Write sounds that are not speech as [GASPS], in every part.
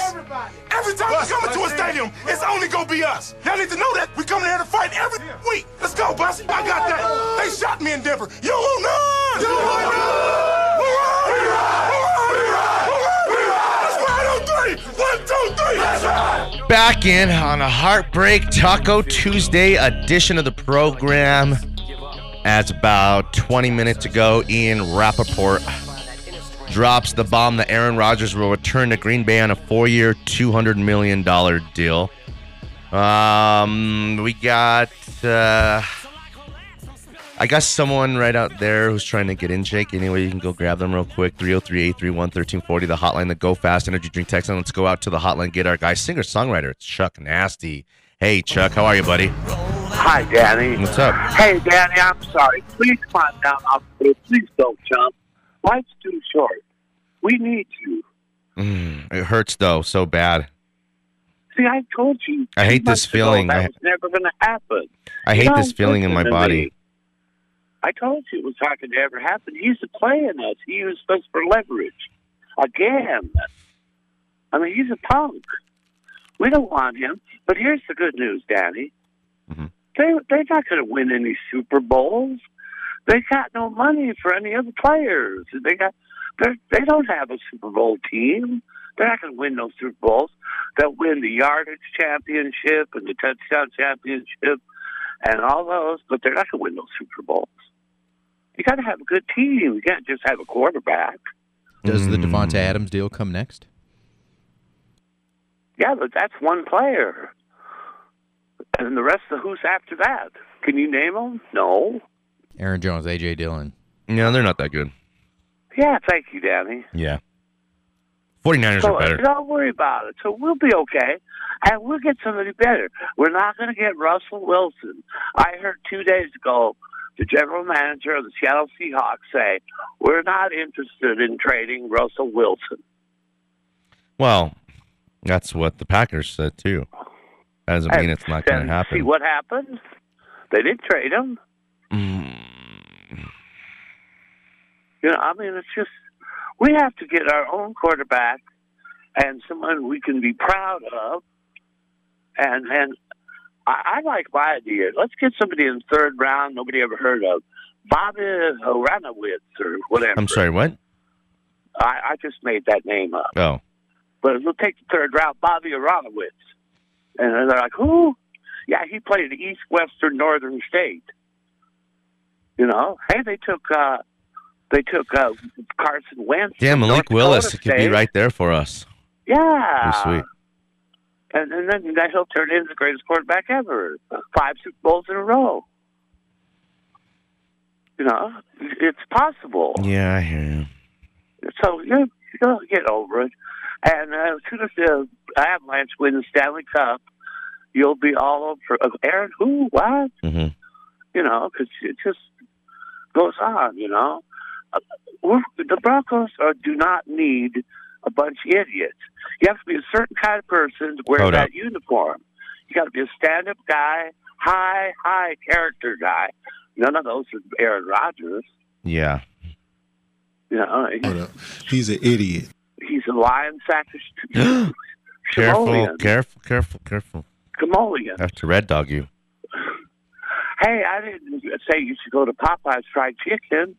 Every time we come into a stadium, it's only gonna be us. Y'all need to know that. We coming here to fight every week. Let's go, Bus. I got that. They shot me in Denver. You will not. You will not. Hooray! Hooray! Hooray! Hooray! Let's ride on three. One, two, three. Let's ride. Back in on a Heartbreak Taco Tuesday edition of the program. As about 20 minutes ago, Ian Rappaport drops the bomb that Aaron Rodgers will return to Green Bay on a four year, $200 million deal. Um, we got, uh, I got someone right out there who's trying to get in, Jake. Anyway, you can go grab them real quick. 303 831 1340, the hotline, the Go Fast Energy Drink Text. And let's go out to the hotline, get our guy, singer songwriter. It's Chuck Nasty. Hey, Chuck, how are you, buddy? Hi, Danny. What's up? Hey, Danny, I'm sorry. Please calm down. I'm, please don't jump. Life's too short. We need you. Mm, it hurts, though, so bad. See, I told you. I hate two months this feeling. Ago, that I- was never going to happen. I hate Don't this feeling in my listen to body. me. I told you it was not going to ever happen. He's playing us. He used us for leverage. Again. I mean, he's a punk. We don't want him. But here's the good news, Danny. Mhm. They, they're not going to win any Super Bowls. They got no money for any other players. They got they're- they don't have a Super Bowl team. They're not going to win no Super Bowls. They'll win the yardage championship and the touchdown championship and all those, but they're not going to win no Super Bowls. You got to have a good team. You can't just have a quarterback. Does the Mm. Devonta Adams deal come next? Yeah, but that's one player. And the rest of who's after that? Can you name them? No. Aaron Jones, AJ Dillon. No, they're not that good. Yeah, thank you, Danny. Yeah. 49ers So uh, are better. don't worry about it. So we'll be okay, and we'll get somebody better. We're not going to get Russell Wilson. I heard two days ago the general manager of the Seattle Seahawks say, "We're not interested in trading Russell Wilson." Well, that's what the Packers said too. That doesn't mean And- it's not going and to happen. See what happens? They did trade him. Mm. You know, I mean, it's just we have to get our own quarterback and someone we can be proud of. And and I, I like my idea. Let's get somebody in third round nobody ever heard of, Bobby Horanowitz or whatever. I'm sorry, what? I, I just made that name up. Oh, But we'll take the third round, Bobby Horanowitz. And they're like, who? Yeah, he played at East Western Northern State. You know, hey, they took uh, they took uh, Carson Wentz. damn, from Malik North Willis Dakota could be State. right there for us. Pretty Yeah. sweet. And, and then that he'll turn into the greatest quarterback ever. Five Super Bowls in a row. You know, it's possible. Yeah, I hear you. So you you'll get over it. And uh, as soon as the Avalanche win the Stanley Cup, you'll be all over. Uh, Aaron, who? What? hmm You know, because it just goes on, you know. Uh, we're, the Broncos are, do not need a bunch of idiots. You have to be a certain kind of person to wear Hold that up. uniform. You got to be a stand up guy, high, high character guy. None of those are Aaron Rodgers. Yeah. You know, uh, he- Hold up. He's an idiot. he's a lion [GASPS] sacrifice. Careful, careful, careful, careful. Chameleon. I have to red dog you. Hey, I didn't say you should go to Popeye's Fried Chicken.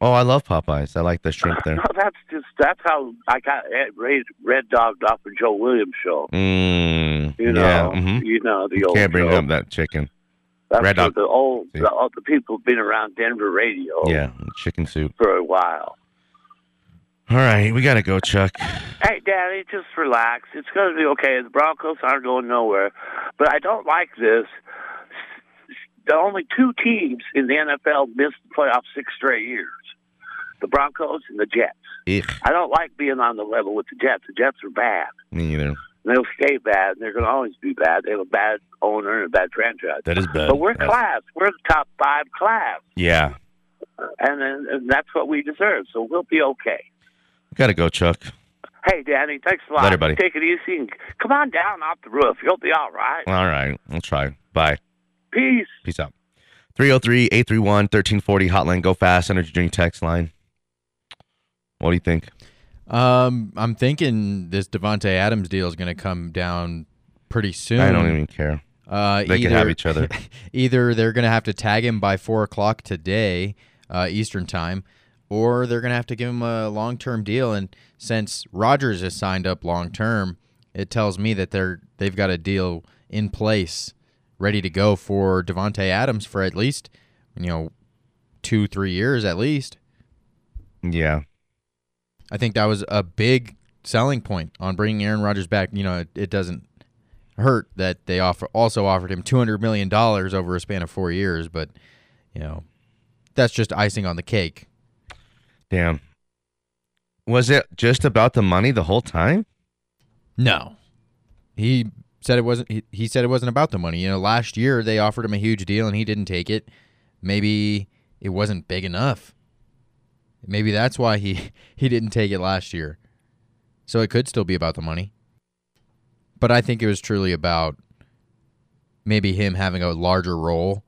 Oh, I love Popeyes. I like the shrimp there. No, that's just that's how I got eh, red, red dogged off of Joe Williams show. Mm, You know, yeah. hmm you know the You old. can't bring show. up that chicken. That's Red for Dog. The old, See. the, all the people been around Denver radio Yeah, chicken soup. for a while. All right, we gotta go, Chuck. Hey, Daddy, just relax. It's going to be okay. The Broncos aren't going nowhere, but I don't like this. The only two teams in the NFL missed the playoffs six straight years: the Broncos and the Jets. Eek, I don't like being on the level with the Jets. The Jets are bad. me either. And they'll stay bad. And they're going to always be bad. They have a bad owner and a bad franchise. That is bad. But we're That's- class. We're the top five class, Yeah. and and, and that's what we deserve. So we'll be okay. Gotta go, Chuck. Hey, Danny, thanks a lot. Later, buddy. Take it easy and come on down off the roof. You'll be all right. All right, I'll try. Bye. Peace. Peace out. 303 831 1340 hotline. Go fast. Energy drink text line. What do you think? Um, I'm thinking this Devonte Adams deal is going to come down pretty soon. I don't even care. Uh, They either, can have each other. either they're going to have to tag him by four o'clock today, uh, Eastern time, or they're going to have to give him a long-term deal. And since Rogers is signed up long-term, it tells me that they're they've got a deal in place, ready to go for Devonte Adams for at least you know two three years at least. Yeah. I think that was a big selling point on bringing Aaron Rodgers back. You know, it, it doesn't hurt that they offer also offered him two hundred million dollars over a span of four years, but you know, that's just icing on the cake. Damn. Was it just about the money the whole [SIGHS] time? No, he said it wasn't. He, he said it wasn't about the money. You know, last year they offered him a huge deal and he didn't take it. Maybe it wasn't big enough. Maybe that's why he [LAUGHS] he didn't take it last year. So it could still be about the money. But I think it was truly about maybe him having a larger role,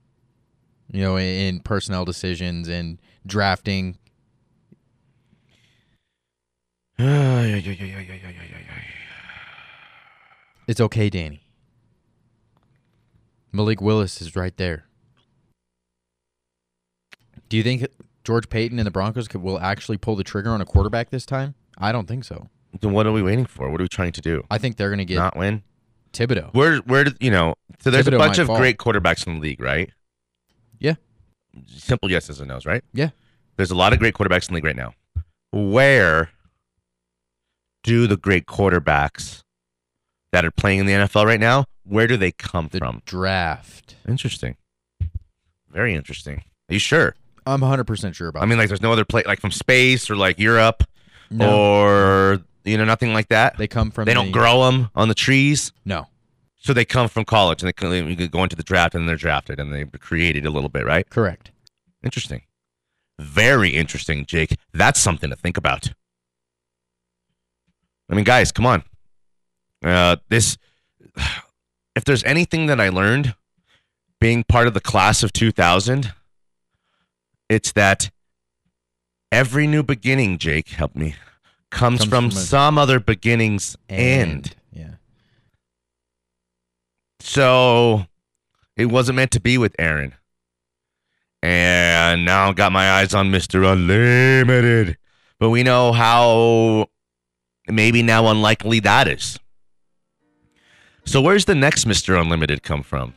you know, in, in personnel decisions and drafting. It's okay, Danny. Malik Willis is right there. Do you think George Payton and the Broncos could, will actually pull the trigger on a quarterback this time? I don't think so. Then what are we waiting for? What are we trying to do? I think they're going to get Not win? Thibodeau. Where where do- you know? So there's Thibodeau a bunch might of fall. great quarterbacks in the league, right? Yeah. Simple yeses and nos, right? Yeah. There's a lot of great quarterbacks in the league right now. Where do the great quarterbacks that are playing in the NFL right now? Where do they come The from? draft. Interesting. Very interesting. Are you sure? I'm 100% sure about I mean, like, there's no other play like from space or like Europe that. No, or you know nothing like that. oh, They, they come from don't the- grow them on the trees, No. so they come from college and they can- they go into the draft and they're drafted and they're created a little bit, right? Correct. Interesting. Very interesting, Jake. That's something to think about. I mean, guys, come on. Uh, this, [SIGHS] if there's anything that I learned being part of the class of 2000, it's that every new beginning, Jake, help me, comes, Comes from, from a- some other beginning's end. Yeah. So it wasn't meant to be with Aaron. And now I've got my eyes on Mr. Unlimited. But we know how maybe now unlikely that is. So where's the next Mr. Unlimited come from?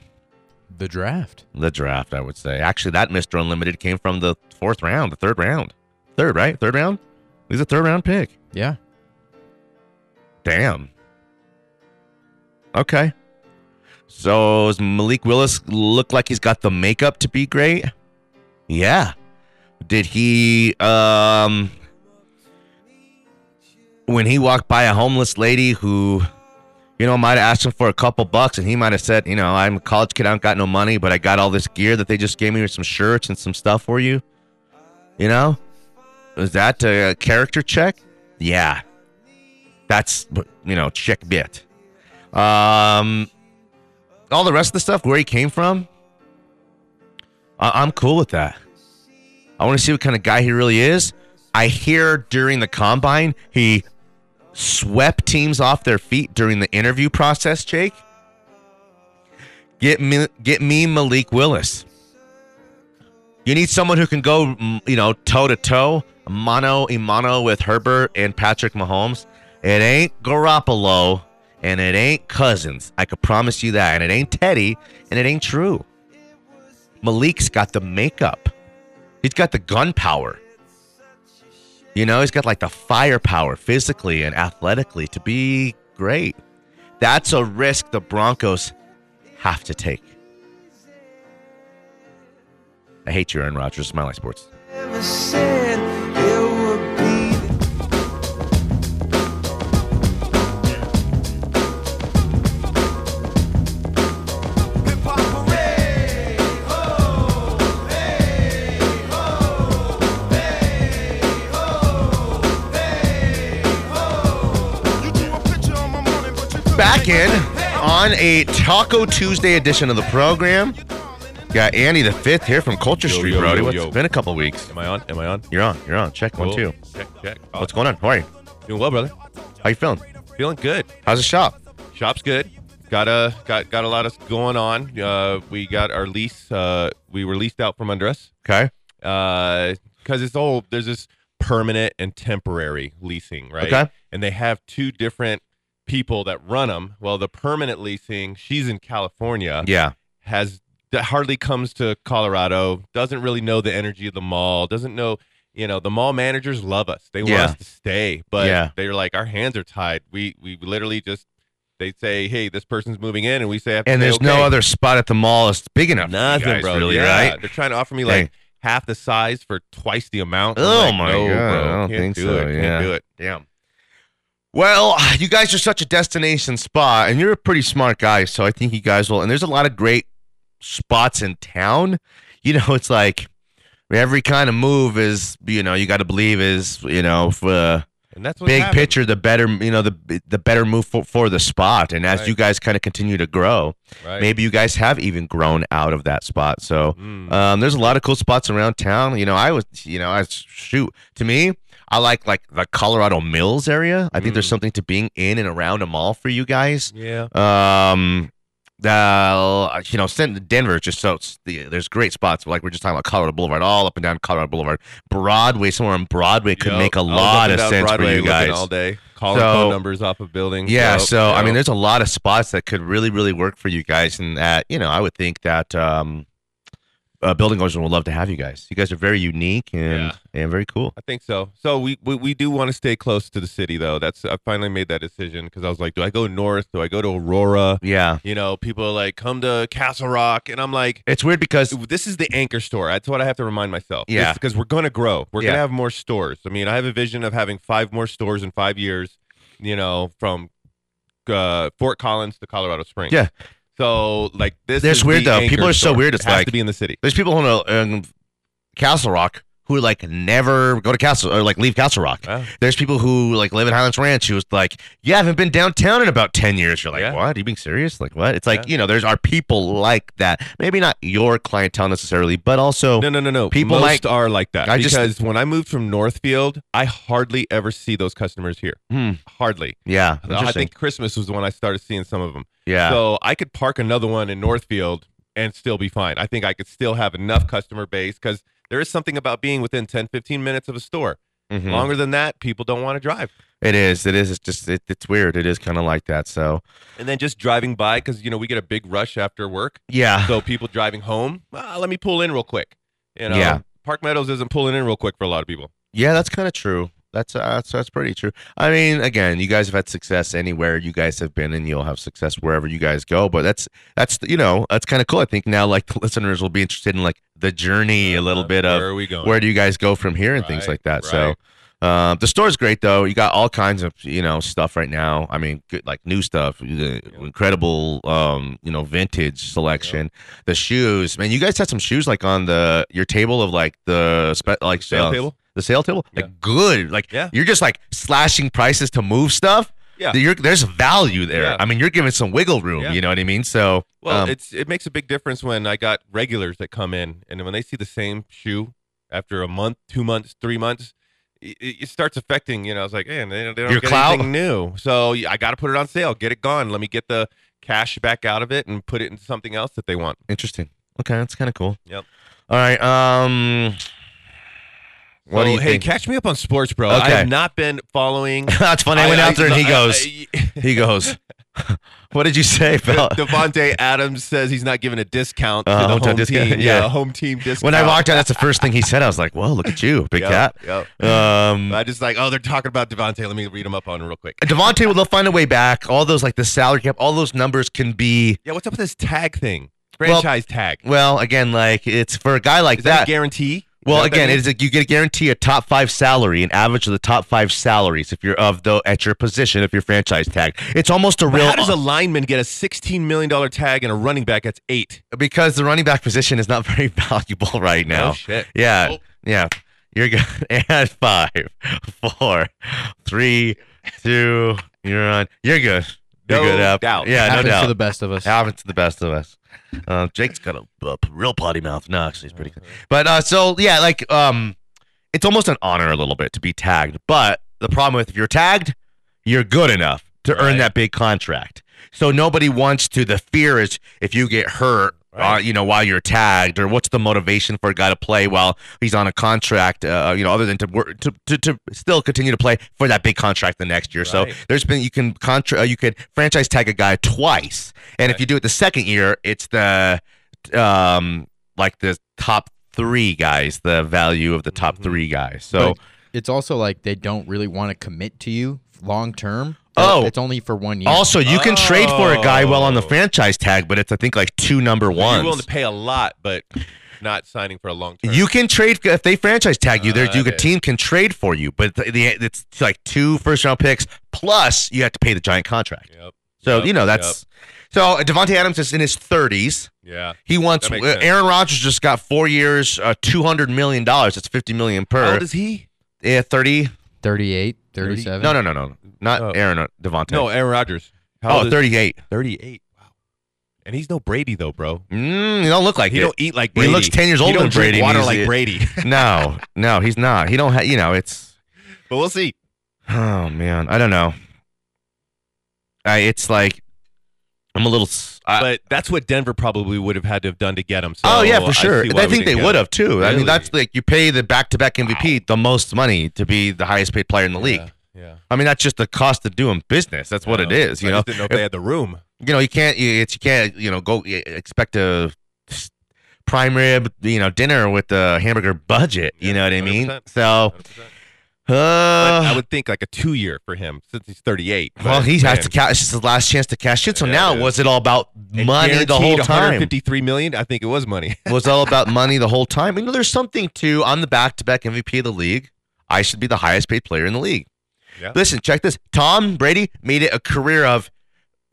The draft. The draft, I would say. Actually, that Mr. Unlimited came from the fourth round, the third round. Third, right? Third round? He's a third round pick. Yeah. Damn. Okay. So does Malik Willis look like he's got the makeup to be great? Yeah. Did he um when he walked by a homeless lady who you know might have asked him for a couple bucks and he might have said, you know, I'm a college kid, I don't got no money, but I got all this gear that they just gave me with some shirts and some stuff for you. You know? Is that a character check? Yeah that's you know check bit um all the rest of the stuff where he came from I- i'm cool with that i want to see what kind of guy he really is i hear during the combine he swept teams off their feet during the interview process jake get me get me malik willis you need someone who can go, mm, you know, toe to toe, mano a mano with Herbert and Patrick Mahomes. It ain't Garoppolo and it ain't Cousins. I could promise you that. And it ain't Teddy and it ain't true. Malik's got the makeup, he's got the gunpowder. You know, he's got like the firepower physically and athletically to be great. That's a risk the Broncos have to take. I hate you, Aaron Rodgers. It's My Life Sports. Never said it would be the Back in on a Taco Tuesday edition of the program. Got Andy the fifth here from Culture Yo, Street, yo, Brody. yo, Oh. What's yo. been a couple weeks? Am I on? Am I on? You're on. You're on. Check one, Cool. two. Check, check. What's going on? How are you? on? Doing well, brother. How you feeling? Feeling good. How's the shop? Shop's good. Got a got got a lot of going on. Uh, we got our lease. Uh, we were leased out from under us. Okay. because it's all there's this permanent and temporary leasing, right? Okay. And they have two different people that run them. Well, the permanent leasing, she's in California, Yeah. has that hardly comes to Colorado, doesn't really know the energy of the mall, doesn't know, you know, the mall managers love us. They want Yeah. us to stay, but Yeah. they're like our hands are tied. We we literally just they say, "Hey, this person's moving in," and we say, And "Hey, there's no okay." other spot at the mall that's big enough. for you Nothing, guys, bro. Really, yeah. right? They're trying to offer me Dang. like half the size for twice the amount. I'm Oh like, my no, God, bro, I don't can't think do so, It. yeah. Can't do it. Damn. Well, you guys are such a destination spot, and you're a pretty smart guy, so I think you guys will. And there's a lot of great spots in town. You know, it's like every kind of move is, you know, you got to believe is, you know, for And that's what big picture, the better, you know, the the better move for, for the spot. And as Right. you guys kind of continue to grow, Right? maybe you guys have even grown out of that spot. So, Mm. um, there's a lot of cool spots around town. You know, I was, you know, I shoot. To me, I like like the Colorado Mills area. I think there's Mm. something to being in and around a mall for you guys. yeah. Um, uh, you know, send- Denver is just so yeah, there's great spots. Like we're just talking about Colorado Boulevard, all up and down Colorado Boulevard, Broadway. Somewhere on Broadway could Yep. make a I was lot up and of down sense Broadway for you looking guys. all day, calling So- phone numbers off of buildings. Yeah, Yep, so I yep. mean, there's a lot of spots that could really, really work for you guys, and that you know, I would think that um, uh, building owners would love to have you guys. You guys are very unique and and very cool. I think so. So we, we we do want to stay close to the city though. That's I finally made that decision because I was like, do I go north? Do I go to Aurora? Yeah, You know, people are like come to Castle Rock, and I'm like, it's weird because this is the anchor store. That's what I have to remind myself. Yeah. Because we're going to grow. We're going Yeah. to have more stores. I mean, I have a vision of having five more stores in five years, you know, from uh, Fort Collins to Colorado Springs. Yeah. So, like, this That's is weird, the though. anchor People are so store. weird. It's it has like- to be in the city. there's people who know um, Castle Rock who like never go to Castle or like leave Castle Rock. Wow. There's people who like live in Highlands Ranch who's like, yeah, I haven't been downtown in about ten years. You're like, Yeah. what? Are you being serious? Like what? It's like Yeah. you know, there's are people like that. Maybe not your clientele necessarily, but also No, no, no, no. People Most like- are like that. I just- because when I moved from Northfield, I hardly ever see those customers here. Hmm. Hardly. yeah, I interesting. think Christmas was when I started seeing some of them. yeah. So I could park another one in Northfield and still be fine. I think I could still have enough customer base because there is something about being within 10, 15 minutes of a store. Mhm. Longer than that, people don't want to drive. It is. It is. It's just. It, it's weird. It is kind of like that. So And then just driving by because, you know, we get a big rush after work. [LAUGHS] yeah. So people driving home, ah, let me pull in real quick. You know, Yeah. Park Meadows isn't pulling in real quick for a lot of people. Yeah, that's kind of true. That's, uh, that's that's pretty true. I mean, again, you guys have had success anywhere you guys have been, and you'll have success wherever you guys go. But that's that's you know that's kind of cool. I think now like [LAUGHS] the listeners will be interested in like the journey a little Uh, bit of where are we going? where do you guys go from here and things Right, like that. So um, the store's great though. You got all kinds of you know stuff right now. I mean, good, like new stuff, uh, incredible um, you know vintage selection. The shoes, man. You guys had some shoes like on the your table of like the spe- like Sale uh, table? the sale table. Yeah. Like good. Like Yeah. you're just like slashing prices to move stuff. Yeah. You're, there's value there. Yeah. I mean, you're giving some wiggle room. Yeah. You know what I mean? So Well, um, it's it makes a big difference when I got regulars that come in, and when they see the same shoe after a month, two months, three months, it, it starts affecting. You know, it's like, man, they don't, they don't Your get clout? anything new, so yeah, I got to put it on sale, get it gone. Let me get the cash back out of it and put it into something else that they want. interesting. Okay, that's kind of cool. Yep. All right. Um. What so, do you Oh, hey, think? catch me up on sports, bro. I Okay. have not been [LAUGHS] following. [LAUGHS] That's funny. I went out there and he [LAUGHS] I- goes, I- he goes, [LAUGHS] what did you say about Devonte Adams says he's not giving a discount "Oh." Uh, to the hometown home discount, [LAUGHS] team. yeah. Yeah, home team discount. [LAUGHS] when I walked out? That's the first thing he said. I was like, whoa, look at you, big Yep, cat. yep. [LAUGHS] Um, I just like, oh, they're talking about Devonte. Let me read them up on real quick. Devontae, well, they'll find a way back. All those, like the salary cap, all those numbers can be, Yeah, what's up with this tag thing? Well, Franchise tag. well, again, like it's for a guy like Is that, a guarantee? Is that Well, what that again, means? it's like you get a guarantee a top five salary, an average of the top five salaries if you're of the at your position if you're franchise tagged. It's almost a But real How [LAUGHS] does a lineman get a sixteen million dollar tag and a running back that's Oh, eight? because the running back position is not [LAUGHS] very valuable right now. Oh, shit. Yeah. Nope. Yeah. You're good. [LAUGHS] And five, four, three, two, you're on. You're good. You're No good. Ab. doubt. Yeah, Happens no doubt. to the best of us. Happens to the best of us. Uh, Jake's got a, a real potty mouth. No, actually, he's Uh-huh. pretty good. But uh, so, yeah, like, um, it's almost an honor a little bit to be tagged, but The problem with if you're tagged, you're good enough to earn Right. that big contract. So nobody wants to. The fear is if you get hurt, uh, Right. you know, while you're tagged, or what's the motivation for a guy to play while he's on a contract? Uh, you know, other than to work to, to to still continue to play for that big contract the next year. So Right. there's been you can contra- uh, you could franchise tag a guy twice, and if Right. you do it the second year, it's the um like the top three guys, the value of the top Mhm. three guys. So But it's also like they don't really want to commit to you long term. Oh. it's only for one year. also you can trade for a guy while on the Oh. franchise tag, but it's I think like two number You're ones. willing to pay a lot, but not signing for Ah, a long term. You can trade if they franchise tag you. There, Got you a it. team can trade for you, but the, the it's like two first round picks plus you have to pay the giant contract. Yep. So Yep, you know yep. that's so. Devonte Adams is in his thirties. Yeah. He wants uh, That makes sense. Aaron Rodgers just got four years, uh, two hundred million dollars. That's fifty million How per. old is he? yeah, thirty. 38, Thirty- 37. No, no, no, no, not Oh. Aaron uh, Devonte. No, Aaron Rodgers. How oh, old is- 38. 38. Wow. And he's no Brady though, bro. Mm, you don't look like he it. don't eat like He Brady. looks 10 years He older don't than drink Brady, Water he's- like Brady. [LAUGHS] no, no, he's not. He don't have. You know, it's. but we'll see. Oh man, I don't know. I it's like I'm a little. s I but that's what Denver probably would have had to have done to get him. So Uh, oh yeah, for I sure. see And why I, we think didn't they get would him. have too. I mean, Really? that's like you pay the back-to-back MVP the most money to be the highest-paid player in the league. Yeah. yeah. I mean, that's just the cost of doing business. That's what it Yeah. is. You I know, just didn't know if they had the room. you know, you can't. you- It's you can't. You know, go you expect a s- prime rib, you know, dinner with the hamburger budget. Yeah, you know what I mean? 100%. So, 100%. uh, But I would think like a two year for him since he's 38. well, But, he man, has to cash. It's his last chance to cash in. So Yeah, now, it is. was it all about and money the whole guaranteed time? 153 million. I think it was money. [LAUGHS] was all about money the whole time. You know, there's something to I'm the back to back MVP of the league. I should be the highest paid player in the league. Yeah. Listen, check this. Tom Brady made it a career of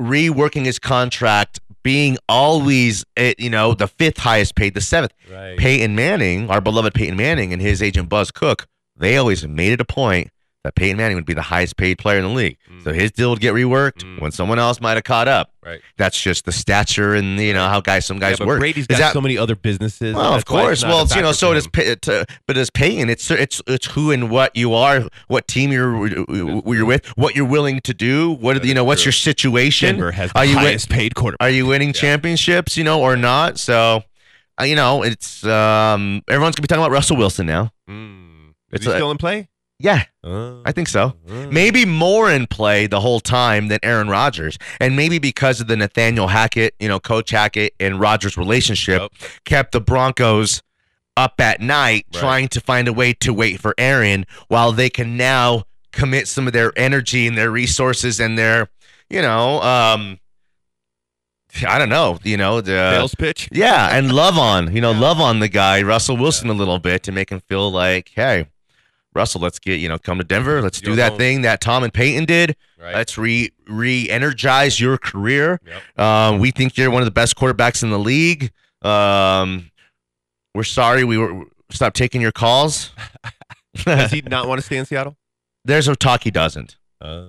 reworking his contract, being always at, you know, the fifth highest paid, the seventh. Right. Peyton Manning, our beloved Peyton Manning and his agent Buzz Cook, they always made it a point that Peyton Manning would be the highest paid player in the league. Mm. So his deal would get reworked Mm. when someone else might have caught up. Right. That's just the stature and you know how guys some Yeah, guys but work. Brady's Is got that- so many other businesses. well, of that's why course. not Well, a it's, you know, factor so for does him. pay, to, but it's paying. It's uh, it's it's who and what you are, what team you're you're with, what you're willing to do, what That you is know, what's true. your situation. Denver has Are the you wi- highest paid quarterback. Are you winning championships, you know, or not? So, uh, you know, it's um everyone's gonna be talking about Russell Wilson now. Mm. Is It's he a- still in play? Yeah, Uh, I think so. uh, Maybe more in play the whole time than Aaron Rodgers, and maybe because of the Nathaniel Hackett, you know, Coach Hackett and Rodgers relationship, Yep. kept the Broncos up at night Right. trying to find a way to wait for Aaron while they can now commit some of their energy and their resources and their, you know, um I don't know, you know, the Sales pitch. yeah, and love on, you know, love on the guy Russell Wilson a little bit to make him feel like, hey, Russell, let's get, you know, come to Denver, let's You're do that home. thing that Tom and Peyton did. Right. Let's re re-energize your career. Yep. Um, we think you're one of the best quarterbacks in the league. Um, we're sorry we were stopped taking your [LAUGHS] calls. Does he not want to stay in Seattle? [LAUGHS] There's a talk he doesn't. Uh,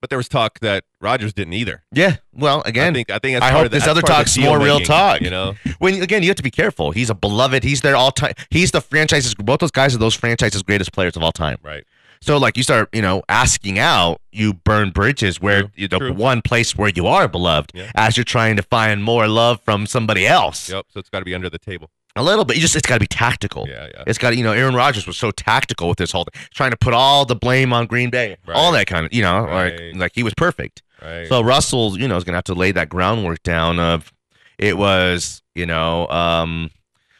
but there was talk that Rodgers didn't either. Yeah. Well, I again, think I think that's I part hope of the, this that's other part of the talk's more real deal-making, talk. You know, [LAUGHS] when again you have to be careful. He's a beloved. He's there all time. He's the franchise's. Both those guys are those franchise's greatest players of all time. right? So like you start, you know, asking out, you burn bridges where True, you the true. one place where you are beloved Yeah. as you're trying to find more love from somebody else. Yep. So it's got to be under the table. A little bit. You just it's got to be tactical. Yeah, yeah. It's got you know Aaron Rodgers was so tactical with this whole thing, trying to put all the blame on Green Bay, Right. all that kind of you know Right. like like he was perfect. Right. So Russell, you know, is gonna have to lay that groundwork down of it was you know um,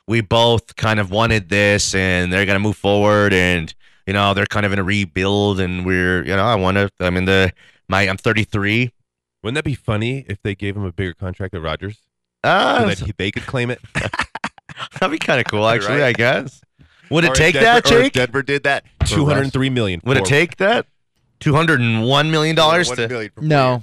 we both kind of wanted this and they're gonna move forward and you know they're kind of in a rebuild and we're you know I want to I'm in the my I'm 33. Wouldn't that be funny if they gave him a bigger contract than Rodgers so Uh, that he, they could claim it? [LAUGHS] that'd be [LAUGHS] kind of cool actually. Right. I guess. Would Or it if take Denver, that, or if Jake? Denver did that. Two hundred three million. Would it for- take that? Two hundred and one million dollars One to million for No,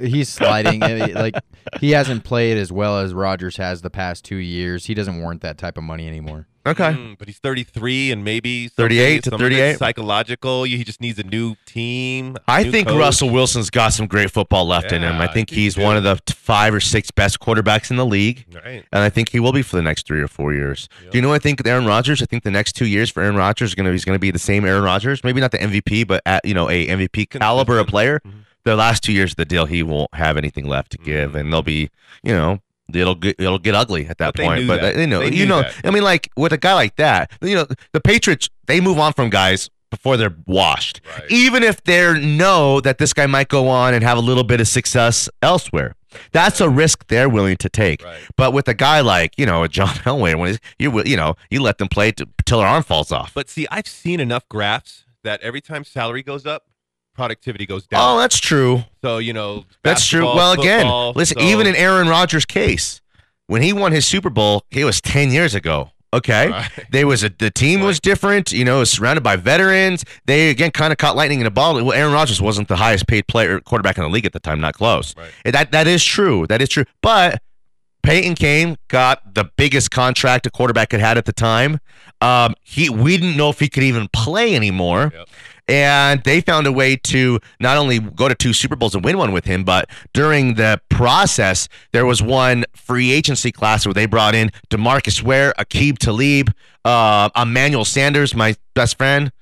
he's sliding. I mean, like he hasn't played as well as Rodgers has the past two years. He doesn't warrant that type of money anymore. Okay. Mm, but he's 33 and maybe something- 38 to some of it's 38. Psychological. He just needs a new team. a I new think coach. Russell Wilson's got some great football left in him. I Yeah, think I do he's too. one of the t- five or six best quarterbacks in the league, Right. and I think he will be for the next three or four years. Do you know? What I think Aaron Rodgers. I think the next two years for Aaron Rodgers is going to he's going to be the same Aaron Rodgers. Maybe not the MVP, but at, you know a MVP caliber of Consistent. player. Mhm. The last two years of the deal, he won't have anything left to give, Mhm. and they'll be you know. It'll get, it'll get ugly at that But they point, knew but that. they know They you knew know. that. I mean, like with a guy like that, you know, the Patriots they move on from guys before they're washed Right. even if they know that this guy might go on and have a little bit of success elsewhere. That's a risk they're willing to take. Right. But with a guy like you know John [LAUGHS] Elway, when he's, you will- you know you let them play t- till their arm falls off. But see, I've seen enough graphs that every time salary goes up, productivity goes oh, down. that's true. so you know That's true. basketball, Well, football, again, listen. so- Even in Aaron Rodgers' case, when he won his Super Bowl, it was ten years ago. Okay. Right. They was a, the team was different, you know, it was surrounded by veterans. They again kind of caught lightning in a bottle. Well, Aaron Rodgers wasn't the highest paid player quarterback in the league at the time, not close. Right. And That that is true. That is true. But Peyton came, got the biggest contract a quarterback had had at the time. Um, he we didn't know if he could even play anymore, Yep. and they found a way to not only go to two Super Bowls and win one with him, but during the process, there was one free agency class where they brought in Demarcus Ware, Akib Talib, uh, Emmanuel Sanders, my best friend.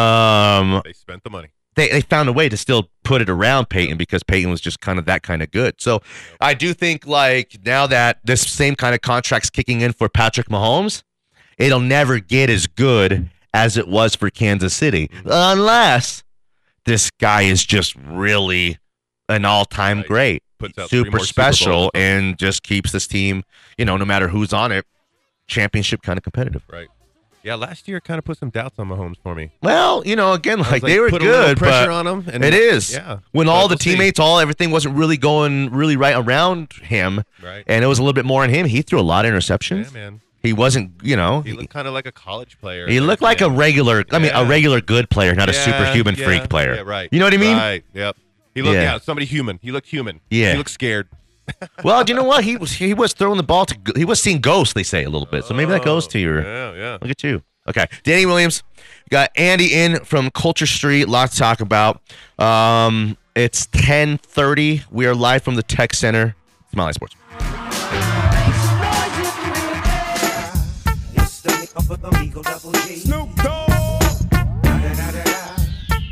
Um, They spent the money. they, they found a way to still put it around Peyton because Peyton was just kind of that kind of good. So I do think like now that this same kind of contract's kicking in for Patrick Mahomes, it'll never get as good as it was for Kansas City Mm-hmm. unless this guy is just really an all-time Right. great, Puts out three super more Super special, Bowls. and just keeps this team, you know, no matter who's on it, championship kind of competitive. Yeah, last year kind of put some doubts on Mahomes for me. Well, you know, again, I was like, they were put a little good, but pressure on him. And it is. Yeah. when But all the we'll see. teammates, all everything wasn't really going really right around him, Right. and it was a little bit more on him. He threw a lot of interceptions. Yeah, man. he wasn't, you know, He he, looked kind of like a college player. he looked like a regular. I mean, a Yeah. regular good player, not a Yeah, superhuman yeah, freak player. Yeah, right. You know what I mean? Right. Yep. He looked Yeah. yeah. somebody human. He looked human. Yeah. He looked scared. Well, do you know what? He was he was throwing the ball to he was seeing ghosts. They say a little bit, so maybe that goes Oh, to your. Yeah, yeah. Look at you. Okay, Danny Williams. We Got Andy in from Culture Street. Lots to talk about. Um, it's ten thirty. We are live from the Tech Center. Smiley Sports. [LAUGHS] It's the nigga for the Eagle Double G. Snoop Dogg.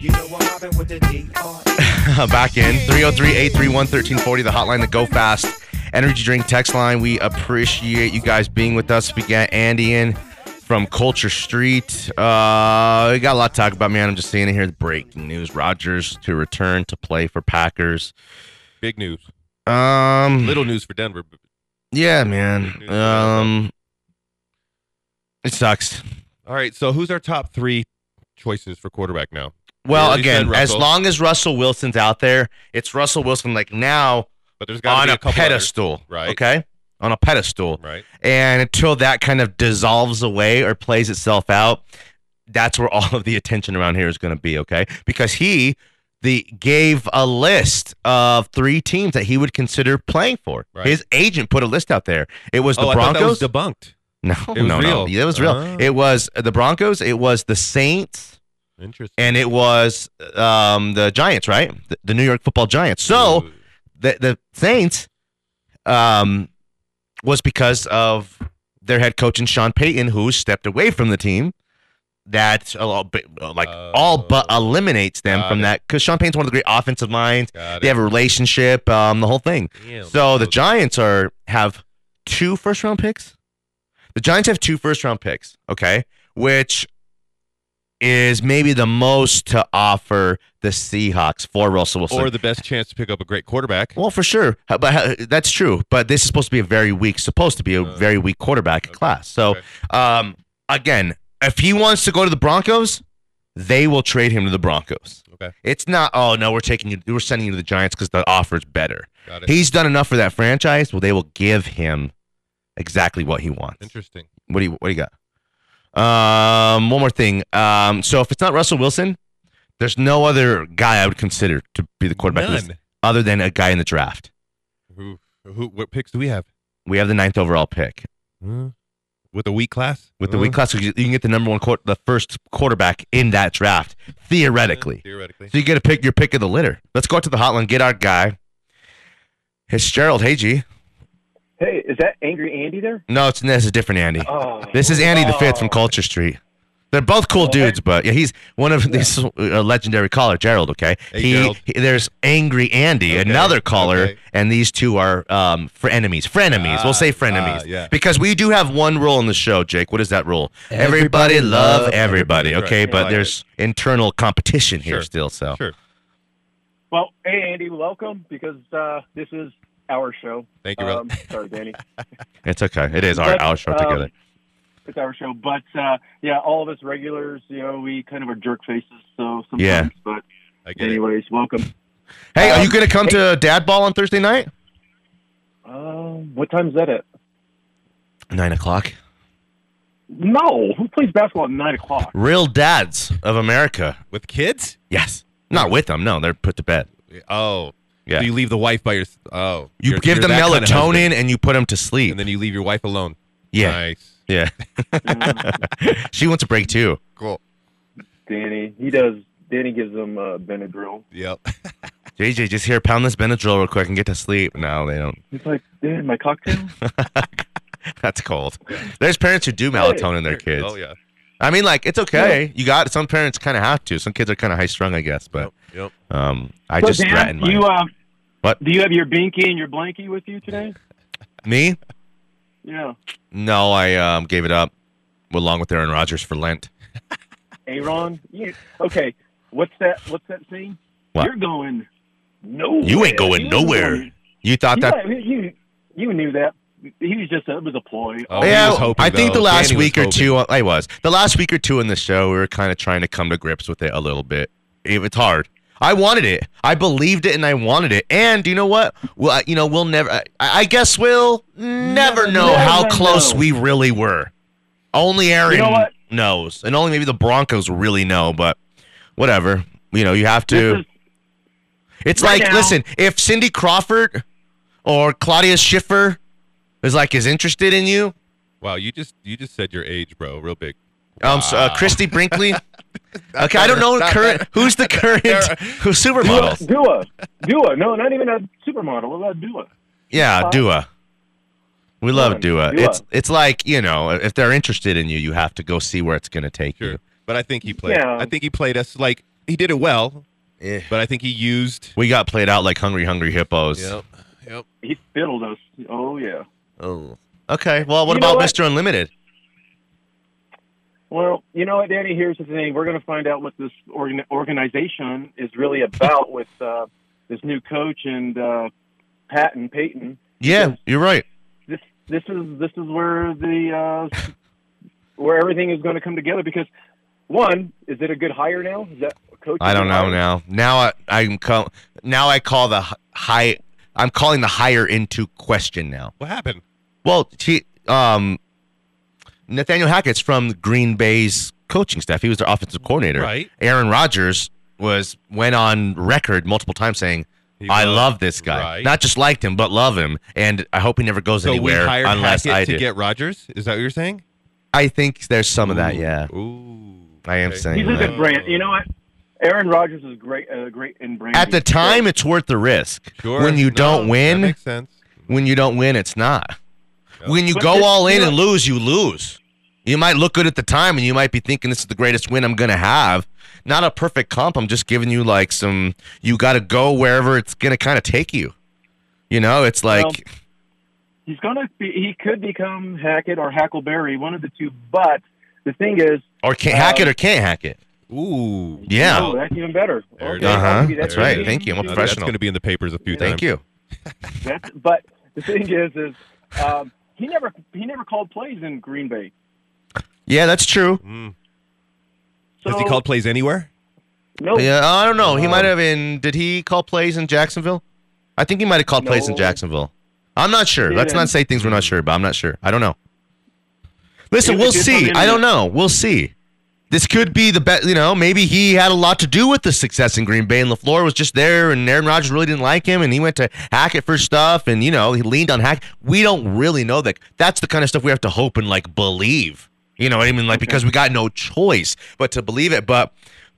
You know I'm mobbing with the D.R.E.. back in 303-831-1340 the hotline the go fast energy drink text line we appreciate you guys being with us we got andy in from culture street uh we got a lot to talk about man i'm just seeing it here the breaking news rogers to return to play for packers Big news. um Little news for Denver. but yeah man um it sucks All right. So who's our top three choices for quarterback now? well already said again as Russell. long as russell wilson's out there it's russell wilson like now But there's got to on be a, a couple others, pedestal Right. okay on a pedestal right? And until that kind of dissolves away or plays itself out, that's where all of the attention around here is going to be, okay? Because he the gave a list of three teams that he would consider playing for. Right. His agent put a list out there. It was the oh, I Broncos. thought that was debunked. no, it was no, no. real. Yeah, It was real. Oh. It was uh, the Broncos. It was the Saints, Interesting. and it was um, the Giants, right? The, the New York Football Giants. So Ooh. the the Saints um was because of their head coach and Sean Payton who stepped away from the team that a lot- but, uh, like all but Oh. eliminates them Got from it. that because Sean Payton's one of the great offensive minds. Got They it. have a relationship, um, the whole thing. Damn. So the So- Giants are have two first round picks. The Giants have two first round picks, okay, which is maybe the most to offer the Seahawks for Russell Wilson. or the best chance to pick up a great quarterback. Well, for sure, Uh, but uh, that's true. But this is supposed to be a very weak, supposed to be a Uh, very weak quarterback okay, class. So, okay. um, again, if he wants to go to the Broncos, they will trade him to the Broncos. Okay. It's not. Oh no, we're taking you. We're sending you to the Giants because the offer's better. Got it. He's done enough for that franchise. Well, they will give him exactly what he wants. Interesting. What do you What do you got? Um, one more thing. Um, so if it's not Russell Wilson, there's no other guy I would consider to be the quarterback of this- None. other than a guy in the draft. Who, who, what picks do we have? We have the ninth overall pick. Hmm. with the weak class. Hmm? with the weak class. So you you can get the number one, quar- the first quarterback in that draft, theoretically. Theoretically. So you get to pick your pick of the litter. Let's go out to the hotline, get our guy. It's Gerald. Hey, G. Hey, is that Angry Andy there? No, it's this is different, Andy. Oh, This is Andy the Fifth from Oh. Culture Street. They're both cool dudes, but yeah, he's one of this uh, legendary caller, Gerald. Okay, Hey, he, Gerald. he- there's Angry Andy, Okay, another caller, okay. and these two are um, fr- enemies, frenemies. we'll say Ah, frenemies ah, yeah. because we do have one rule in the show, Jake. What is that rule? Everybody, Everybody love love everybody. everybody, right. Okay, Yeah. but Like there's internal competition here Sure. still. So Sure. Well, hey Andy, welcome because uh, this is our show. Thank you, brother. Um, sorry, Danny. it's okay. It is our But, our show um, together. It's our show, but uh, yeah, all of us regulars, you know, we kind of are jerk faces. So sometimes, Yeah. but I get it. anyways, welcome. Hey, are um, you gonna come to Dad Ball on Thursday night? Um, what time is that at? Nine o'clock. No, who plays basketball at nine o'clock? Real dads of America. With kids? Yes. Not with them. No, they're put to bed. Oh. Yeah. So you leave the wife by your. Oh. You You're- give you're them that kind melatonin of husband. and you put them to sleep. and then you leave your wife alone. yeah. Nice. Yeah. [LAUGHS] [LAUGHS] she wants a break too. Cool. Danny, he does. Danny gives them uh, Benadryl. [LAUGHS] Yep. JJ, just here, pound this Benadryl real quick and get to sleep. No, they don't. [LAUGHS] He's like, Dan, my cocktail. That's cold. There's parents who do melatonin their kids. Oh yeah. I mean, like it's okay. You got some parents kind of have to. Some kids are kind of high strung, I guess. But Yep. um, I so just Dan, threatened do my you uh, What? Do you have your binky and your blankie with you today? me. Yeah. No, I um, gave it up along with Aaron Rodgers for Lent. Aaron. You, okay. What's that? What's that saying? What? You're going nowhere. You ain't going You nowhere. going- You thought that? Yeah, you you knew that. He was just it was a ploy. Oh, he was hoping, I think though. the last Danny was week or hoping. two, uh, I was the last week or two in the show. We were kind of trying to come to grips with it a little bit. It- It's hard. I wanted it. I believed it, and I wanted it. And you know what? Well, I- you know, we'll never. I, I guess we'll never, Never- know how never close know. we really were. Only Aaron You know what? knows, and only maybe the Broncos really know. But whatever. You know, you have to. This is- It's Right like, now. listen, if Cindy Crawford or Claudia Schiffer is like is interested in you, Wow. You just you just said your age, bro. Real big. um, so, uh, Wow. Christy Brinkley. okay, I don't know not current. Who's the current [LAUGHS] who's Dua, supermodel? Dua, Dua. No, not even a supermodel. What about Dua? Yeah, Dua. We love on, Dua. Dua. It's it's like you know, if they're interested in you, you have to go see where it's gonna take Sure. you. But I think he played. Yeah. I think he played us like he did it well. Eh. But I think he used. We got played out like hungry, hungry hippos. Yep. Yep. He fiddled us. Oh yeah. Oh. Okay. Well, what You know about what? Mr. Unlimited? Well, you know what, Danny? Here's the thing. We're going to find out what this organ- organization is really about with uh, this new coach and uh, Pat and Peyton. Yeah, Yes. you're right. This this is this is where the uh, where everything is going to come together because one is it a good hire now? Is that a coach? I is a don't good know hire? now. Now I, I'm call, now I call the hi- high. I'm calling the higher into question now. What happened? Well, she, um, Nathaniel Hackett's from Green Bay's coaching staff. He was their offensive coordinator. Right. Aaron Rodgers was went on record multiple times saying, He "I was- love this guy. Right. Not just liked him, but love him, and I hope he never goes so anywhere we hired unless Hackett I to do." get Rogers. Is that what you're saying? I think there's some of that. Ooh. Yeah, Ooh. I am Okay. saying He's a that. good brand. You know what? Aaron Rodgers is great. Uh, great in brand. At the time, it's worth the risk. Sure. When you No, don't win, That makes sense. When you don't win, it's not. Yep. When you But go this- all in you know- and lose, you lose. You might look good at the time and you might be thinking this is the greatest win I'm going to have. Not a perfect comp. I'm just giving you like some, you got to go wherever it's going to kind of take you. You know, it's like, Well, he's going to be. He could become Hackett or Hackleberry, one of the two. But the thing is, or can't uh, hack it or can't hack it. Ooh. Yeah. Oh, that's even better. There it Okay, is. I'll Uh-huh. give you that That's too. right. Thank you. I'm a Now That's professional. going to be in the papers a few times. Thank you. That's, but the thing is, is um, he never he never called plays in Green Bay. Yeah, that's true. Mm. So, Has he called plays anywhere? No. Yeah, I don't know. He Um, might have in, did he call plays in Jacksonville? I think he might have called plays in No. Jacksonville. I'm not sure. Let's Yeah. not say things we're not sure about. I'm not sure. I don't know. Listen, It we'll was just on see. the I don't internet. know. We'll see. this could be the best. You know, maybe he had a lot to do with the success in Green Bay, and Lafleur was just there, and Aaron Rodgers really didn't like him, and he went to Hackett for stuff, and you know, he leaned on Hackett. We don't really know that. That's the kind of stuff we have to hope and like believe. You know what I mean? Like because we got no choice but to believe it. But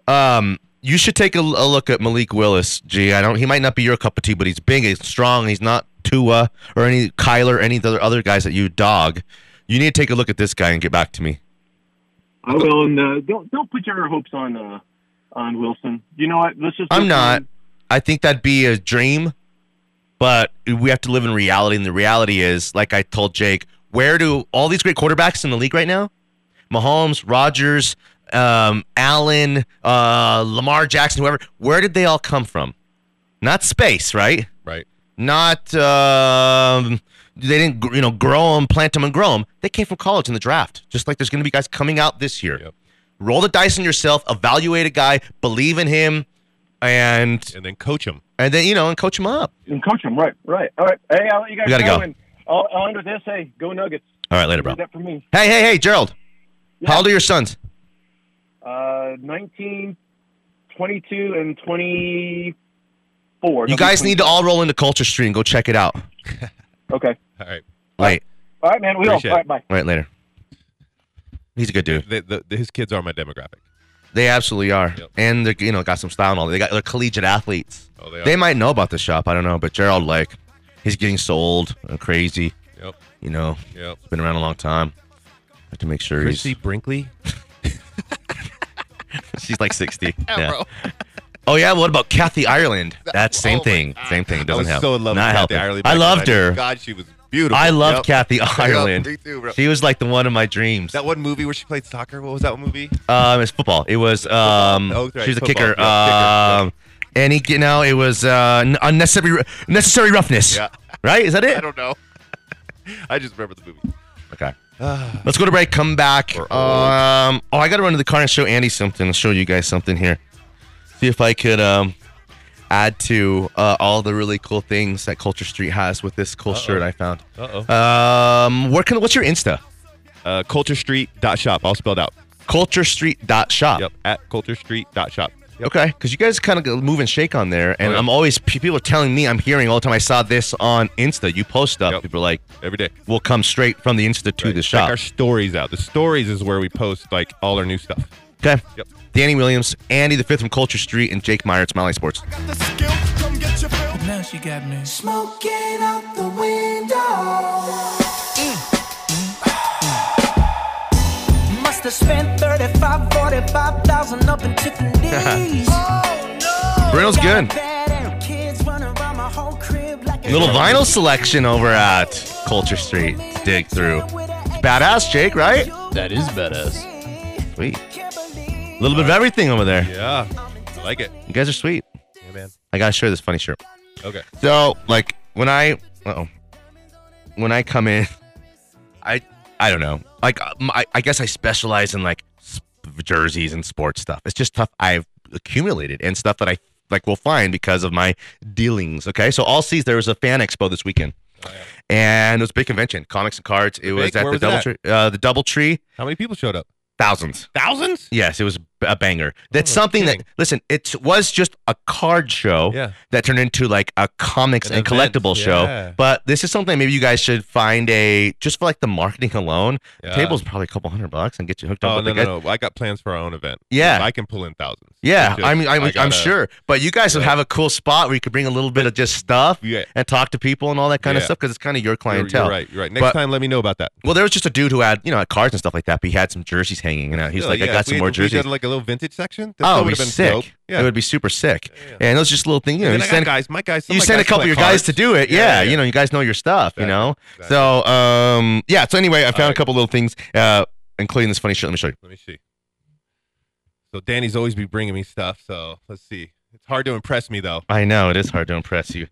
um, you should take a, a look at Malik Willis. Gee, I don't. He might not be your cup of tea, but he's big, he's strong, he's not Tua or any Kyler, any of the other guys that you dog. You need to take a look at this guy and get back to me. I will, and uh, don't don't put your hopes on uh, on Wilson. You know what? Let's just. I'm not. I think that'd be a dream, but we have to live in reality. And the reality is, like I told Jake, where do all these great quarterbacks in the league right now? Mahomes, Rodgers, um, Allen, uh, Lamar Jackson, whoever. Where did they all come from? Not space, right? Right. Not um, they didn't gr- you know grow them, plant them, and grow them. They came from college in the draft. Just like there's going to be guys coming out this year. Yep. Roll the dice on yourself. Evaluate a guy. Believe in him. And And then coach him. and then you know and coach him up. And coach him. Right. Right. All right. Hey, I'll let you guys We gotta know, go. And I'll, I'll end with this. Hey, go Nuggets. All right, later, bro. Is that for me? Hey, hey, hey, Gerald. How old are your sons? Uh, 19, 22, and 24. You guys need to all roll into Culture Street and go check it out. Okay. All right. Wait, All right, man. We will. Appreciate All right, bye. all right, later. He's a good dude. The, the, the- his kids are my demographic. They absolutely are, Yep. and they're you know got some style and all. They got they're collegiate athletes. Oh, they are. They might know about the shop. I don't know, but Gerald like he's getting sold uh, crazy. Yep. You know, Yep. been around a long time. have to make sure [LAUGHS] he's Brinkley. she's like [LAUGHS] sixty. yeah. Oh yeah. What about Kathy Ireland? That same oh my thing. God. Same thing. Doesn't I was help. so in love Not with Kathy helping. Ireland. I back loved then. her. God, she was beautiful. I loved Yep. Kathy I love- Ireland. Me too, bro. She was like the one of my dreams. That one movie where she played soccer. What was that movie? Um, it's football. It was um, Oh, right, she was a football. kicker. Yeah, kicker, yeah. Um, and he, you know, it was uh, n- unnecessary necessary roughness. Yeah. Right? Is that I it? don't know. [LAUGHS] I just remember the movie. [SIGHS] Okay. Let's go to break. Come back. We're old. Um, oh, I got to run to the car and show Andy something. I'll show you guys something here. See if I could um, add to uh, all the really cool things that Culture Street has with this cool shirt I found. Uh Um, where can? What's your Insta? oh. Uh, Culture Street dot shop. All spelled out. Culture Street dot shop. Yep. At Culture Street dot shop. Okay, because you guys kind of move and shake on there, and Oh, yeah. I'm always pe- people are telling me I'm hearing all the time. I saw this on Insta. You post stuff, Yep. people are like, Every day. "We'll come straight from the Insta to Right. the Check shop." our stories out. The stories is where we post like all our new stuff. okay. Yep. Danny Williams, Andy the Fifth from Culture Street, and Jake Meyer at Smiley Sports. Now she got me. Smoking out the window. Must have spent 35, 45,000 up in [LAUGHS] Tiffany's. Oh, Bruno's good. Little vinyl selection over at Culture Street to dig through. Badass, Jake, right? That is badass. Sweet. A little bit of everything over there. Yeah. I like it. You guys are sweet. Yeah, man. I gotta share this funny shirt. Okay. So, like when I, oh, when I come in, [LAUGHS] I I don't know. Like um, I, I guess I specialize in like s- jerseys and sports stuff. It's just stuff I've accumulated and stuff that I like will find because of my dealings. Okay, so all seas there was a fan expo this weekend, and it was a big convention, comics and cards. It was Oh, Big? at Where the was it Double at? Tree, uh, the Double Tree, How many people showed up? thousands. Thousands? Yes, it was a banger. That's no something that kidding. listen, it was just a card show Yeah. that turned into like a comics An and event, collectible yeah. show. But this is something maybe you guys should find a just for like the marketing alone. Yeah. Table's probably a couple hundred bucks and get you hooked up Oh with no, the guys. no, no! I got plans for our own event. Yeah. I can pull in thousands. Yeah, It's just- I mean, I'm, I I'm gotta- sure. But you guys would Yeah. have a cool spot where you could bring a little bit of just stuff Yeah. and talk to people and all that kind of Yeah. stuff because it's kind of your You're- clientele. You're right. You're right. Next But- time, let me know about that. Well, there was just a dude who had you know cards and stuff like that, but he had some jerseys hanging and he's Yeah, like, I yeah, got if some we, more if we jerseys. Did like a little vintage section. That Oh, still it'd be would've been sick. Dope. Yeah. It would be super sick. Yeah, yeah. And those just little things, you know, And you then I got send, guys. My guys. some of you my send a guys couple of play your guys cards. to do it. Yeah, you know, you guys know your stuff, you Exactly, know. exactly. So, um, yeah. So anyway, I found a Alright. couple little things, uh, including this funny shirt. Let me show you. Let me see. So Danny's always be bringing me stuff. So let's see. It's hard to impress me though. I know it is hard to impress you.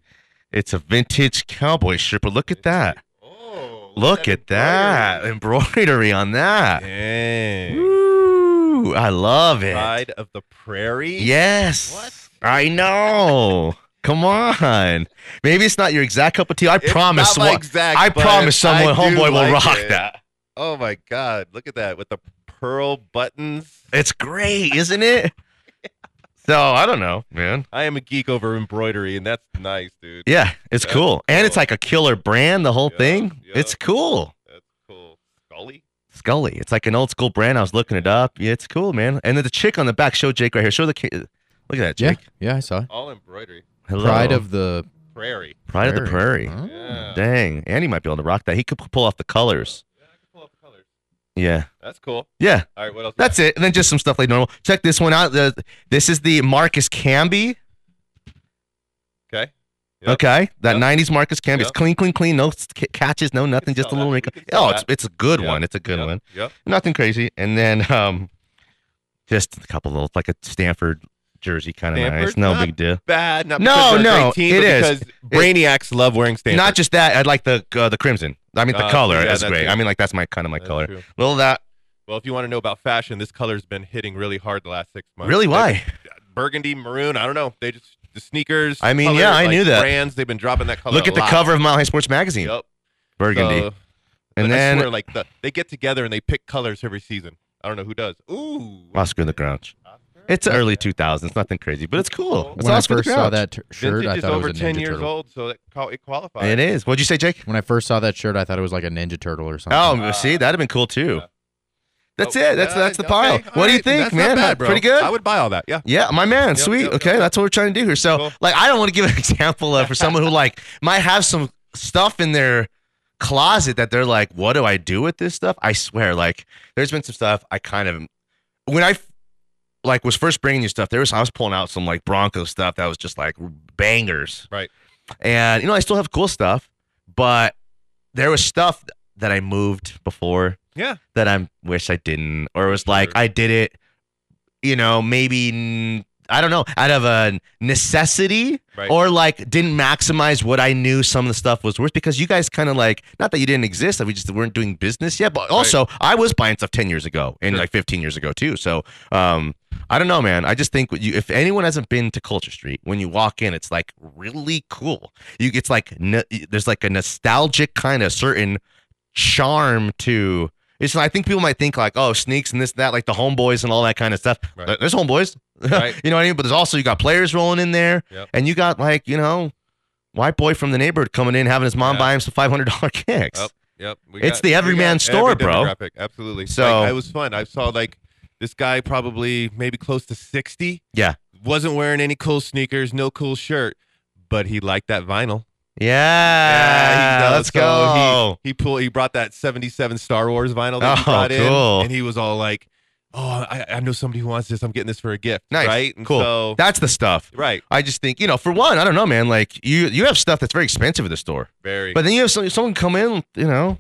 It's a vintage cowboy shirt, but look at that. Oh, Look at that embroidery on that. Dang. Ooh, I love it. Pride of the Prairie. Yes. What? I know. Come on. Maybe it's not your exact cup of tea. I It's promise. not my someone- exact, I but promise I someone do homeboy will like rock it. that. Oh my God! Look at that with the pearl buttons. It's great, isn't it? So I don't know, man. I am a geek over embroidery, and that's nice, dude. Yeah, it's That's cool. And it's cool. like a killer brand, the whole Yeah, thing. yeah. It's cool. That's cool. Scully? Scully. It's like an old school brand. I was looking it up. Yeah, it's cool, man. And then the chick on the back, show Jake right here. Show the kid. Look at that, Yeah, Jake. yeah, I saw it. All embroidery. Hello. Pride of the Prairie. Pride of the Prairie. Huh? Yeah. Dang. And he might be able to rock that. He could pull off the colors. Yeah, I can pull up the colors. Yeah. That's cool. Yeah. All right, what else? That's it. And then just some stuff like normal. Check this one out. The- This is the Marcus Camby. Okay. Yep. Okay, that Yep. '90s Marcus Camby. It's Yep. clean, clean, clean. No s- ca- catches, no nothing. Just a sell little that. wrinkle. We can sell Oh, it's that. it's a good Yep. one. It's a good Yep. one. Yep. Nothing crazy. And then um, just a couple little like a Stanford jersey, kind of nice. Stanford's No not big deal. Bad. Not No, because they're a no, great team, it but is. Because brainiacs love wearing Stanford. Not just that. I like the uh, the crimson. I mean, the Uh, color yeah, is that's great. it. I mean, like that's my kind of my That's color. true. Little of that Well, if you want to know about fashion, this color's been hitting really hard the last six months. really They've why? burgundy, maroon. I don't know. They just the sneakers. I mean, colors, yeah, I like, knew that. Brands. They've been dropping that color. Look a at the lot. cover of Mile High Sports Magazine, Yep. burgundy, So, and I then swear, like the, they get together and they pick colors every season. I don't know who does. Ooh. Oscar the Grouch. It's early 2000s. Nothing crazy, but it's cool. It's when I Oscar the first saw Grouch. that t- shirt, Vintage I is thought it over was a ten Ninja years Turtle. old, so that qual- it qualifies. It is. What'd you say, Jake? When I first saw that shirt, I thought it was like a Ninja Turtle or something. Oh, see, that'd have been cool too. Yeah. That's Oh, it. That's yeah, that's the okay. pile. All What do you right, think, that's not man? bad, bro. Pretty good. I would buy all that. Yeah. yeah, my man. Yep, Sweet. yep, okay, yep. that's what we're trying to do here. So, Cool. like, I don't want to give an [LAUGHS] example of for someone who like might have some stuff in their closet that they're like, "What do I do with this stuff?" I swear, like, there's been some stuff I kind of when I like was first bringing you stuff. There was I was pulling out some like Bronco stuff that was just like bangers, Right. And you know, I still have cool stuff, but there was stuff that I moved before Yeah. that I wish I didn't, or it was like Sure. I did it, you know, maybe n- I don't know, out of a necessity, Right. or like didn't maximize what I knew some of the stuff was worth because you guys kind of like not that you didn't exist, that we just weren't doing business yet, but also I was buying stuff ten years ago and Sure. like fifteen years ago too. So um, I don't know, man. I just think what you, if anyone hasn't been to Culture Street, when you walk in, it's like really cool. You, it's like no, there's like a nostalgic kind of certain charm to. It's. I think people might think like, oh, sneaks and this, that, like the homeboys and all that kind of stuff. Right. There- There's homeboys, [LAUGHS] Right. you know what I mean. But there's also you got players rolling in there, Yep. and you got like you know, white boy from the neighborhood coming in having his mom Yeah. buy him some five hundred dollar kicks. Yep. Yep. We It's the we everyman every store, bro. demographic, Absolutely. So- like, it was fun. I saw like this guy probably maybe close to sixty. Yeah. Wasn't wearing any cool sneakers, no cool shirt, but he liked that vinyl. Yeah, he does. Ah, let's So go. He, he pulled. He brought that '77 Star Wars vinyl that he Oh, brought in, cool. and he was all like, "Oh, I, I know somebody who wants this. I'm getting this for a gift." Nice. Right. And Cool. So, That's the stuff. right. I just think you know, for one, I don't know, man. Like you, you have stuff that's very expensive at the store, Very. but then you have some, someone come in, you know,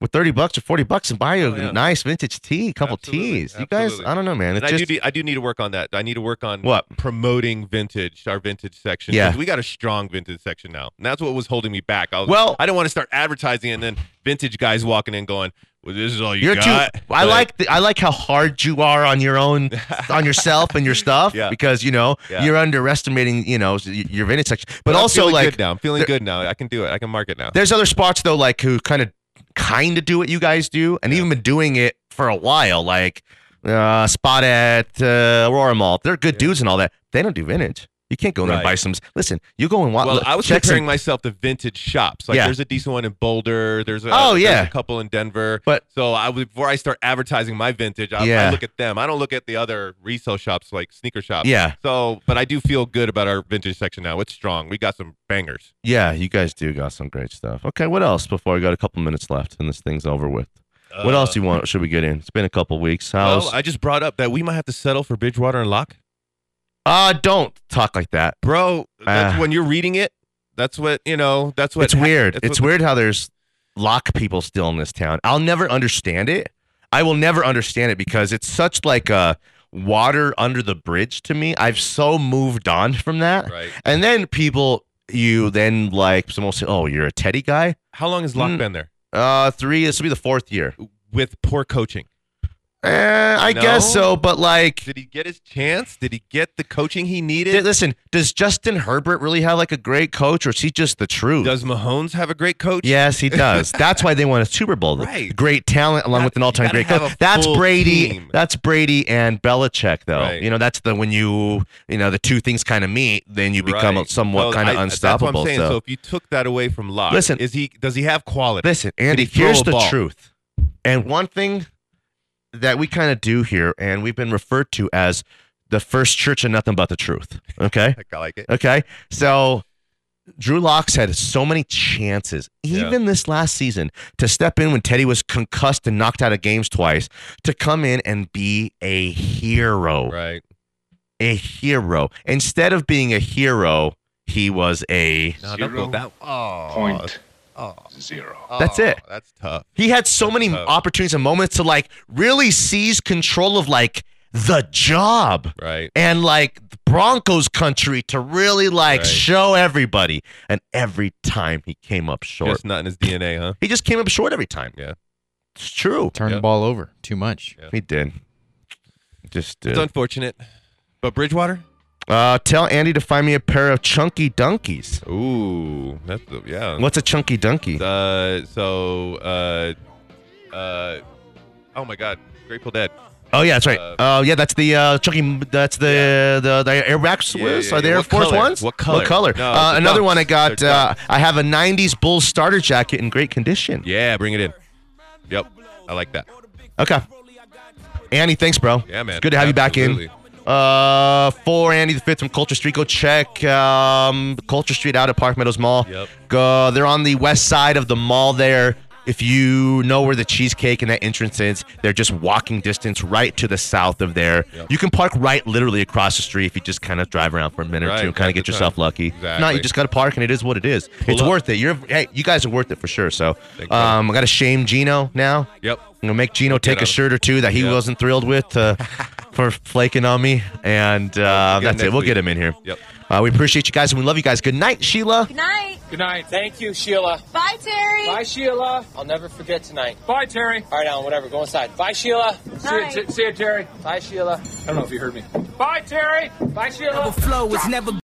with thirty bucks or forty bucks and buy you Oh, a yeah. nice vintage tee, a couple Absolutely, tees. You guys, absolutely. I don't know, man. and It's I just do. need- I do need to work on that. I need to work on what promoting vintage, our vintage section. Yeah. 'Cause we got a strong vintage section now, and that's what was holding me back. I was, Well- I didn't want to start advertising, and then vintage guys walking in going, "Well, this is all you You're got." too. I like the, I like how hard you are on your [LAUGHS] own, on yourself and your stuff. Yeah. Because you know Yeah. you're underestimating, you know, s- y- your vintage section. But, I'm also feeling like, good now. I'm feeling there- good now. I can do it. I can market now. there's other spots though, like who kind of kind of do what you guys do, and Yeah. even been doing it for a while. Like uh, spot at uh, Aurora Mall, they're good Yeah. dudes and all that. They don't do vintage. You can't go in there and Right. buy some. Listen, you go and watch. Well, I was check some- comparing myself to vintage shops. Like, Yeah. there's a decent one in Boulder. There's a, Oh, there's yeah. a couple in Denver. But- so I would before I start advertising my vintage, I, Yeah. I look at them. I don't look at the other resale shops like sneaker shops. Yeah, So, but I do feel good about our vintage section now. It's strong. We got some bangers. yeah, you guys do got some great stuff. Okay, what else before we got a couple minutes left and this thing's over with? What Uh, else do you want? Should we get in? It's been a couple weeks. How's? Well, I just brought up that we might have to settle for Bridgewater and Locke. uh, don't talk like that. Bro, that's Ah. when you're reading it, that's what, you know, that's what. it's weird. that's It's what- weird how there's lock people still in this town. I'll never understand it. I will never understand it because it's such like a water under the bridge to me. I've so moved on from that. Right. And then people, you then like someone will say, "Oh, you're a Teddy guy." How long has Locke Mm. been there? Uh, three. This will be the fourth year. With poor coaching. Eh, I No? guess so, but like, Did he get his chance? Did he get the coaching he d- needed? listen, does Justin Herbert really have like a great coach, or is he just the truth? Does Mahomes have a great coach? Yes, he [LAUGHS] does. That's why they won a Super Bowl. Right. Great talent along That- with an all-time you great gotta have coach. a That's full Brady. team. That's Brady and Belichick, though. Right. You know, that's the when you you know the two things kind of meet, then you become Right. somewhat Well, kind I- of unstoppable. That's what I'm saying. So, So. if you took that away from Locke, Listen. is he does he have quality? listen, Andy, he throw here's a the ball? truth. And one thing that we kind of do here, and we've been referred to as the first church of nothing but the truth. Okay. I like it. Okay. So Drew Locks had so many chances, Yeah. even this last season, to step in when Teddy was concussed and knocked out of games twice, to come in and be a hero. Right. A hero. Instead of being a hero, he was a. No, don't go that. Oh, Oh, That's oh, it. That's tough. He had so many Uh, opportunities and moments to like really seize control of like the job. Right. and like Broncos country to really like Right. show everybody. And every time he came up short, Just not in his DNA, huh? he just came up short every time. Yeah. it's true. Turn Yeah. the ball over too much. Yeah. He did. Just did. It's unfortunate. But Bridgewater? Uh, tell Andy to find me a pair of chunky donkeys. Ooh, that's the- yeah. What's a chunky donkey? Uh, so uh, uh, oh my God, Grateful Dead. Oh yeah, that's right. Oh uh, yeah, that's the uh, chunky. That's the the, the Air Max Yeah, Swiss. yeah, Are they yeah. Air What Force color? Ones? What color? No, uh, the another one I dunks. got. They're Uh, dunks. I have a '90s Bulls starter jacket in great condition. Yeah, bring it in. Yep, I like that. Okay. Andy, thanks, bro. Yeah, man. It's good to have you Absolutely. back in. Uh, for Andy the Fifth from Culture Street, go check um, Culture Street out at Park Meadows Mall. Yep. Go, they're on the west side of the mall there. If you know where the cheesecake and that entrance is, they're just walking distance right to the south of there. Yep. You can park right literally across the street if you just kind of drive around for a minute or Right, two and kind of half get the yourself time. lucky. No, you Exactly. just got to park and it is what it is. it's up. worth it. You're hey, you guys are worth it for sure. So, Thank you. um, I got to shame Gino now. Yep. I'm gonna make Gino take out a of- shirt or two that he Yeah. wasn't thrilled with [LAUGHS] uh, for flaking on me, and uh, We'll get him that's it. next We'll get week. him in here. Yep. Uh, we appreciate you guys and we love you guys. Good night, Sheila. Good night. Good night. Thank you, Sheila. Bye, Terry. Bye, Sheila. I'll never forget tonight. Bye, Terry. All right, Alan, whatever. Go inside. Bye, Sheila. Bye. See you, Terry. Bye, Sheila. I don't know if you heard me. Bye, Terry. Bye, Sheila. Flow is never